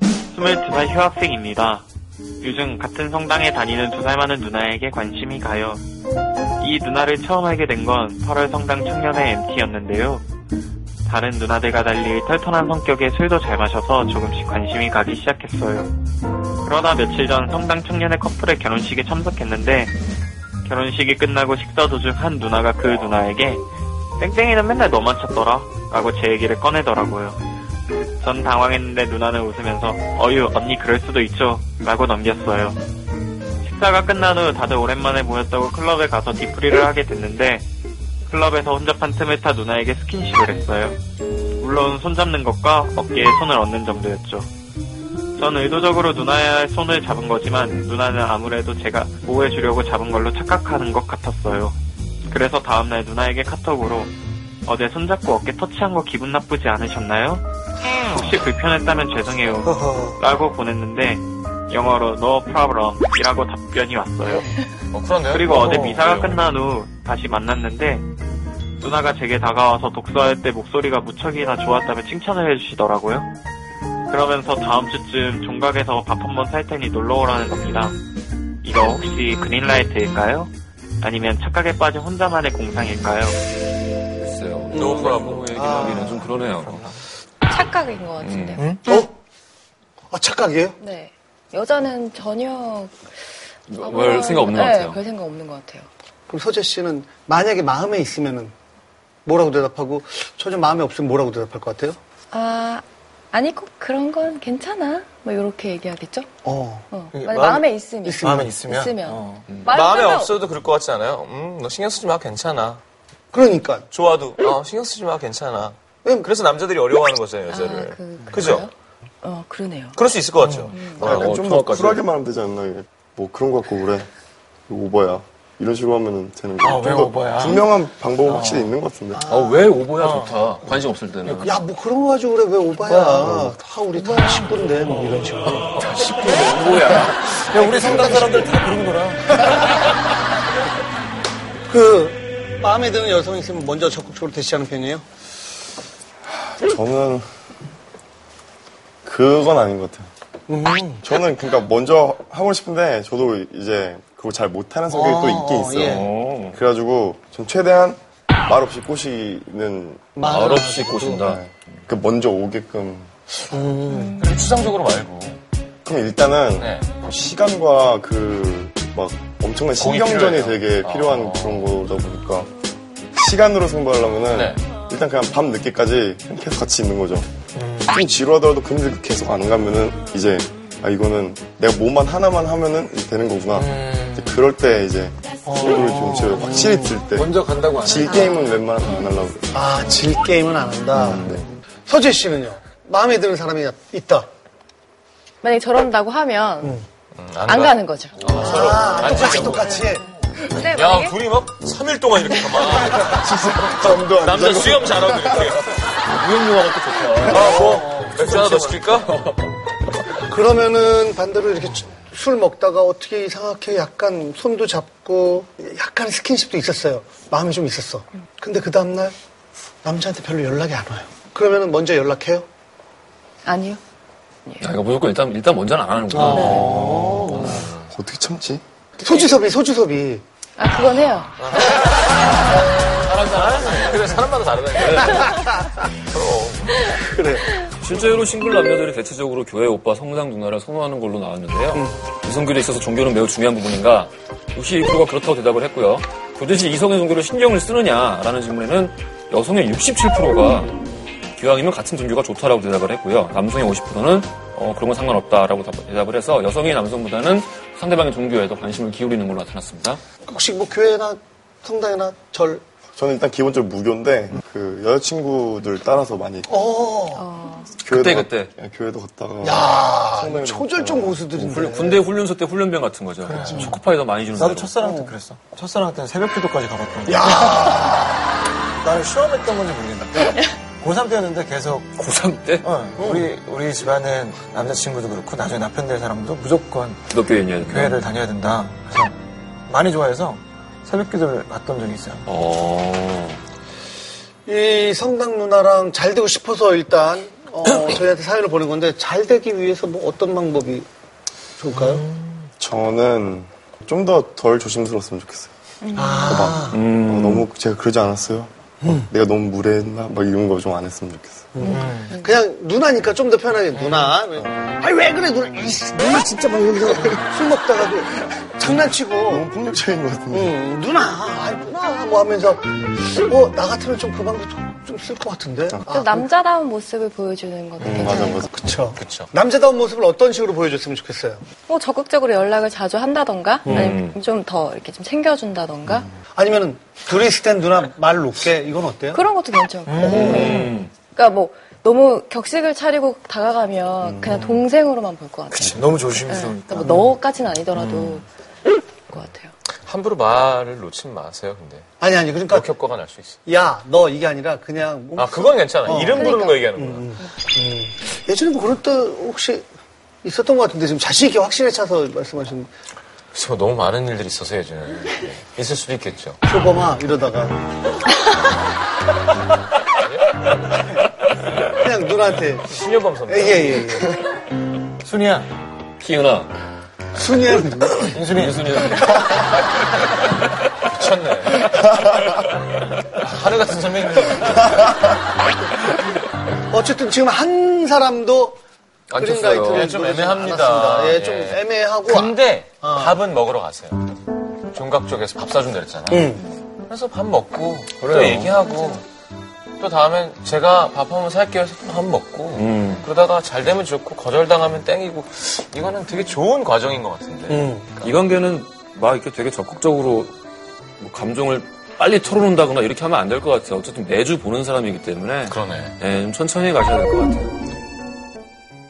22살 휴학생입니다. 요즘 같은 성당에 다니는 두 살 많은 누나에게 관심이 가요. 이 누나를 처음 알게 된 건 8월 성당 청년회 MT였는데요. 다른 누나들과 달리 털털한 성격에 술도 잘 마셔서 조금씩 관심이 가기 시작했어요. 그러다 며칠 전 성당 청년회 커플의 결혼식에 참석했는데 결혼식이 끝나고 식사 도중 한 누나가 그 누나에게 땡땡이는 맨날 너만 찾더라 라고 제 얘기를 꺼내더라고요. 전 당황했는데 누나는 웃으면서 어유 언니 그럴 수도 있죠 라고 넘겼어요. 식사가 끝난 후 다들 오랜만에 모였다고 클럽에 가서 디프리를 하게 됐는데 클럽에서 혼잡한 틈을 타 누나에게 스킨십을 했어요. 물론 손잡는 것과 어깨에 손을 얹는 정도였죠. 전 의도적으로 누나의 손을 잡은 거지만 누나는 아무래도 제가 보호해 주려고 잡은 걸로 착각하는 것 같았어요. 그래서 다음날 누나에게 카톡으로 어제 손잡고 어깨 터치한 거 기분 나쁘지 않으셨나요? 혹시 불편했다면 죄송해요. 허허. 라고 보냈는데 영어로 no problem 이라고 답변이 왔어요. 어, 예. 그러네요. 그리고 어제 미사가 그래요. 끝난 후 다시 만났는데 누나가 제게 다가와서 독서할 때 목소리가 무척이나 좋았다며 칭찬을 해주시더라고요. 그러면서 다음 주쯤 종각에서 밥 한 번 살 테니 놀러 오라는 겁니다. 이거 혹시 그린라이트일까요? 아니면 착각에 빠진 혼자만의 공상일까요? 글쎄요. 뭐 No problem. 얘기를 아. 하기는 좀 그러네요. 착각인 음. 것 같은데요. 음? 응? 어? 아, 착각이에요? 네. 여자는 전혀 뭐, 별 생각 없는 것 네, 같아요. 별 생각 없는 것 같아요. 그럼 서재 씨는 만약에 마음에 있으면은 뭐라고 대답하고 전혀 마음에 없으면 뭐라고 대답할 것 같아요? 아 아니 꼭 그런 건 괜찮아. 뭐 이렇게 얘기하겠죠. 어. 어. 예, 만약 마음- 마음에 있으면 있으면. 마음에 있으면. 있으면. 어. 마음에 상관- 없어도 그럴 것 같지 않아요? 음, 너 신경 쓰지 마, 괜찮아. 그러니까. 좋아도, 어, 신경 쓰지 마, 괜찮아. 음, 왜- 그래서 남자들이 어려워하는 거죠, 여자를. 아, 그, 음, 그죠? 그거요? 어 그러네요. 그럴 수 있을 것 같죠? 아, 약간 어, 좀 더 추억까지. 쿨하게 말하면 되지 않나 이게 뭐 그런 거 갖고 그래 이거 오버야 이런 식으로 하면 되는 거 아, 왜 오버야? 분명한 방법은 확실히 있는 것 같은데 아, 왜 오버야 좋다. 관심 없을 때는. 야, 뭐 그런 거 가지고 그래. 왜 오바야. 다 우리 다 식구인데. 뭐 이런 식으로. 야, 우리 성당 사람들 다 그런구나. 그, 마음에 드는 여성 있으면 먼저 적극적으로 대시하는 편이에요? 저는 그건 아닌 것 같아요 음, 저는 그러니까 먼저 하고 싶은데 저도 이제 그걸 잘 못하는 성격이 또 있긴 어, 있어요 예. 어. 그래가지고 전 최대한 말없이 꼬시는 말을 말 없이 꼬신다. 그 먼저 오게끔 그렇게 추상적으로 말고. 그럼 일단은 뭐 네. 시간과 그 막 공이 엄청난 신경전이 필요해요. 되게 필요한 어. 그런 거다 보니까 시간으로 승부하려면은 네. 일단 그냥 밤 늦게까지 그냥 계속 같이 있는 거죠. 음. 좀 지루하더라도 근데 계속 안 가면은 이제 아 이거는 내가 뭐만 하나만 하면은 이제 되는 거구나. 음. 이제 그럴 때 이제 어. 속도를 좀 채워요. 확실히 들 때. 먼저 간다고 안 해. 질 게임은 웬만하면 안 하려고 그래요. 아, 질 게임은 안 한다. 서재 씨는요? 마음에 드는 사람이 있다. 만약에 저런다고 하면 안, 안, 가는 거죠. 어, 아, 똑같이 똑같이. 근데 야, 만약에 둘이 막 3일 동안 이렇게 가만히. 잠도 안 남자 자고. 수염 잘하고 이렇게. 무용용화가 또 좋다. 아, 뭐, 맥주 하나 더 시킬까? 그러면은 반대로 이렇게 술 먹다가 어떻게 이상하게 약간 손도 잡고 약간 스킨십도 있었어요. 마음이 좀 있었어. 근데 그 다음날 남자한테 별로 연락이 안 와요. 그러면은 먼저 연락해요? 아니요. 야, 이거 무조건 일단, 일단 먼저는 안 하는구나. 아, 어떻게 참지? 소주섭이, 소주섭이. 아 그건 해요. 그래, 사람마다 다르다니까. 그래. 실제로 싱글 남녀들이 대체적으로 교회 오빠 성상 누나를 선호하는 걸로 나왔는데요. 이성교에 있어서 종교는 매우 중요한 부분인가? 역시 이프가 그렇다고 대답을 했고요. 도대체 이성의 종교를 신경을 쓰느냐라는 질문에는 여성의 67%가 기왕이면 같은 종교가 좋다라고 대답을 했고요. 남성의 50%는 어, 그런 건 상관없다라고 답- 대답을 해서 여성이 남성보다는 상대방의 종교에 더 관심을 기울이는 걸로 나타났습니다. 혹시 뭐 교회나 성당이나 절. 저는 일단 기본적으로 무교인데 그 여자친구들 따라서 많이 어. 교회도 그때, 갔- 그때. 예, 교회도 갔다가 야, 성당에도 아, 초절정 갔다가. 고수들인데. 훈련- 네. 군대 훈련소 때 훈련병 같은 거죠. 초코파이 더 많이 주는 그렇죠. 대로. 나도 첫사랑 때 그랬어. 첫사랑 때는 새벽 기도까지 가봤던 거 야, 나는 시험했던 건지 모르겠는데. 고3 때였는데 계속, 고3 때? 어, 우리, 우리 집안은 남자친구도 그렇고, 나중에 남편될 사람도 무조건 기독교인이었나? 네, 교회를 다녀야 된다. 그래서 많이 좋아해서 새벽 기도를 갔던 적이 있어요. 어... 이 성당 누나랑 잘 되고 싶어서 일단 어, 저희한테 사연을 보낸 건데 잘 되기 위해서 뭐 어떤 방법이 좋을까요? 저는 좀 더 덜 조심스러웠으면 좋겠어요. 아, 어, 너무 제가 그러지 않았어요. 어, 음. 내가 너무 무례했나? 막 이런 거 좀 안 했으면 좋겠어요. 그냥 누나니까 좀 더 편하게 누나. 아니 왜 그래 누나? 이씨, 누나 진짜 막 이러면서 술 먹다가도 그 장난치고 너무 폭력적인 것 같은데. 응, 누나, 아이, 누나 뭐 하면서 뭐 나 같으면 좀 그 방법 좀쓸 것 같은데. 아, 그- 좀 남자다운 모습을 보여주는 것도 음, 괜찮아요. 맞아, 맞아. 그쵸. 그쵸. 남자다운 모습을 어떤 식으로 보여줬으면 좋겠어요. 뭐 적극적으로 연락을 자주 한다던가 음. 아니면 좀 더 이렇게 좀 챙겨준다던가 음. 아니면은 둘이 있을 땐 누나 말 높게 이건 어때요? 그런 것도 괜찮고 음. 그러니까 뭐 너무 격식을 차리고 다가가면 그냥 동생으로만 볼 것 같아요 음. 그치, 너무 네. 조심스러우니까. 음. 그러니까 뭐 너까지는 아니더라도 것 같아요 함부로 말을 놓친 마세요, 근데. 아니 아니 그러니까 역효과가 날 수 있어. 야 너 이게 아니라 그냥 뭐 아, 그건 괜찮아. 이름 부르는 거 얘기하는구나. 예전에 뭐 그럴 때 혹시 있었던 것 같은데 지금 자신 있게 확신에 차서 말씀하신 글쎄요, 너무 많은 일들이 있어서 요즘. 네. 있을 수도 있겠죠. 표범아 이러다가 그냥 누나한테 신효범 선배. 예예예 순이야, 희은아. 순이야 인순이. 인순이는 미쳤네. 하늘 같은 선배님. 어쨌든 지금 한 사람도 안 그린 쳤어요. 가이드를 예, 좀 보내지 애매합니다. 않았습니다. 예, 좀 예. 애매하고 어. 근데 밥은 먹으러 가세요. 종각 쪽에서 밥 사준다 그랬잖아. 그래서 밥 먹고 또 얘기하고 또 다음엔 제가 밥 한번 살게요 해서 밥 먹고 음. 그러다가 잘 되면 좋고 거절당하면 땡이고 이거는 되게 좋은 과정인 것 같은데 음. 이 관계는 막 이렇게 되게 적극적으로 뭐 감정을 빨리 털어놓는다거나 이렇게 하면 안 될 것 같아요. 어쨌든 매주 보는 사람이기 때문에 그러네 예, 좀 천천히 가셔야 될 것 같아요.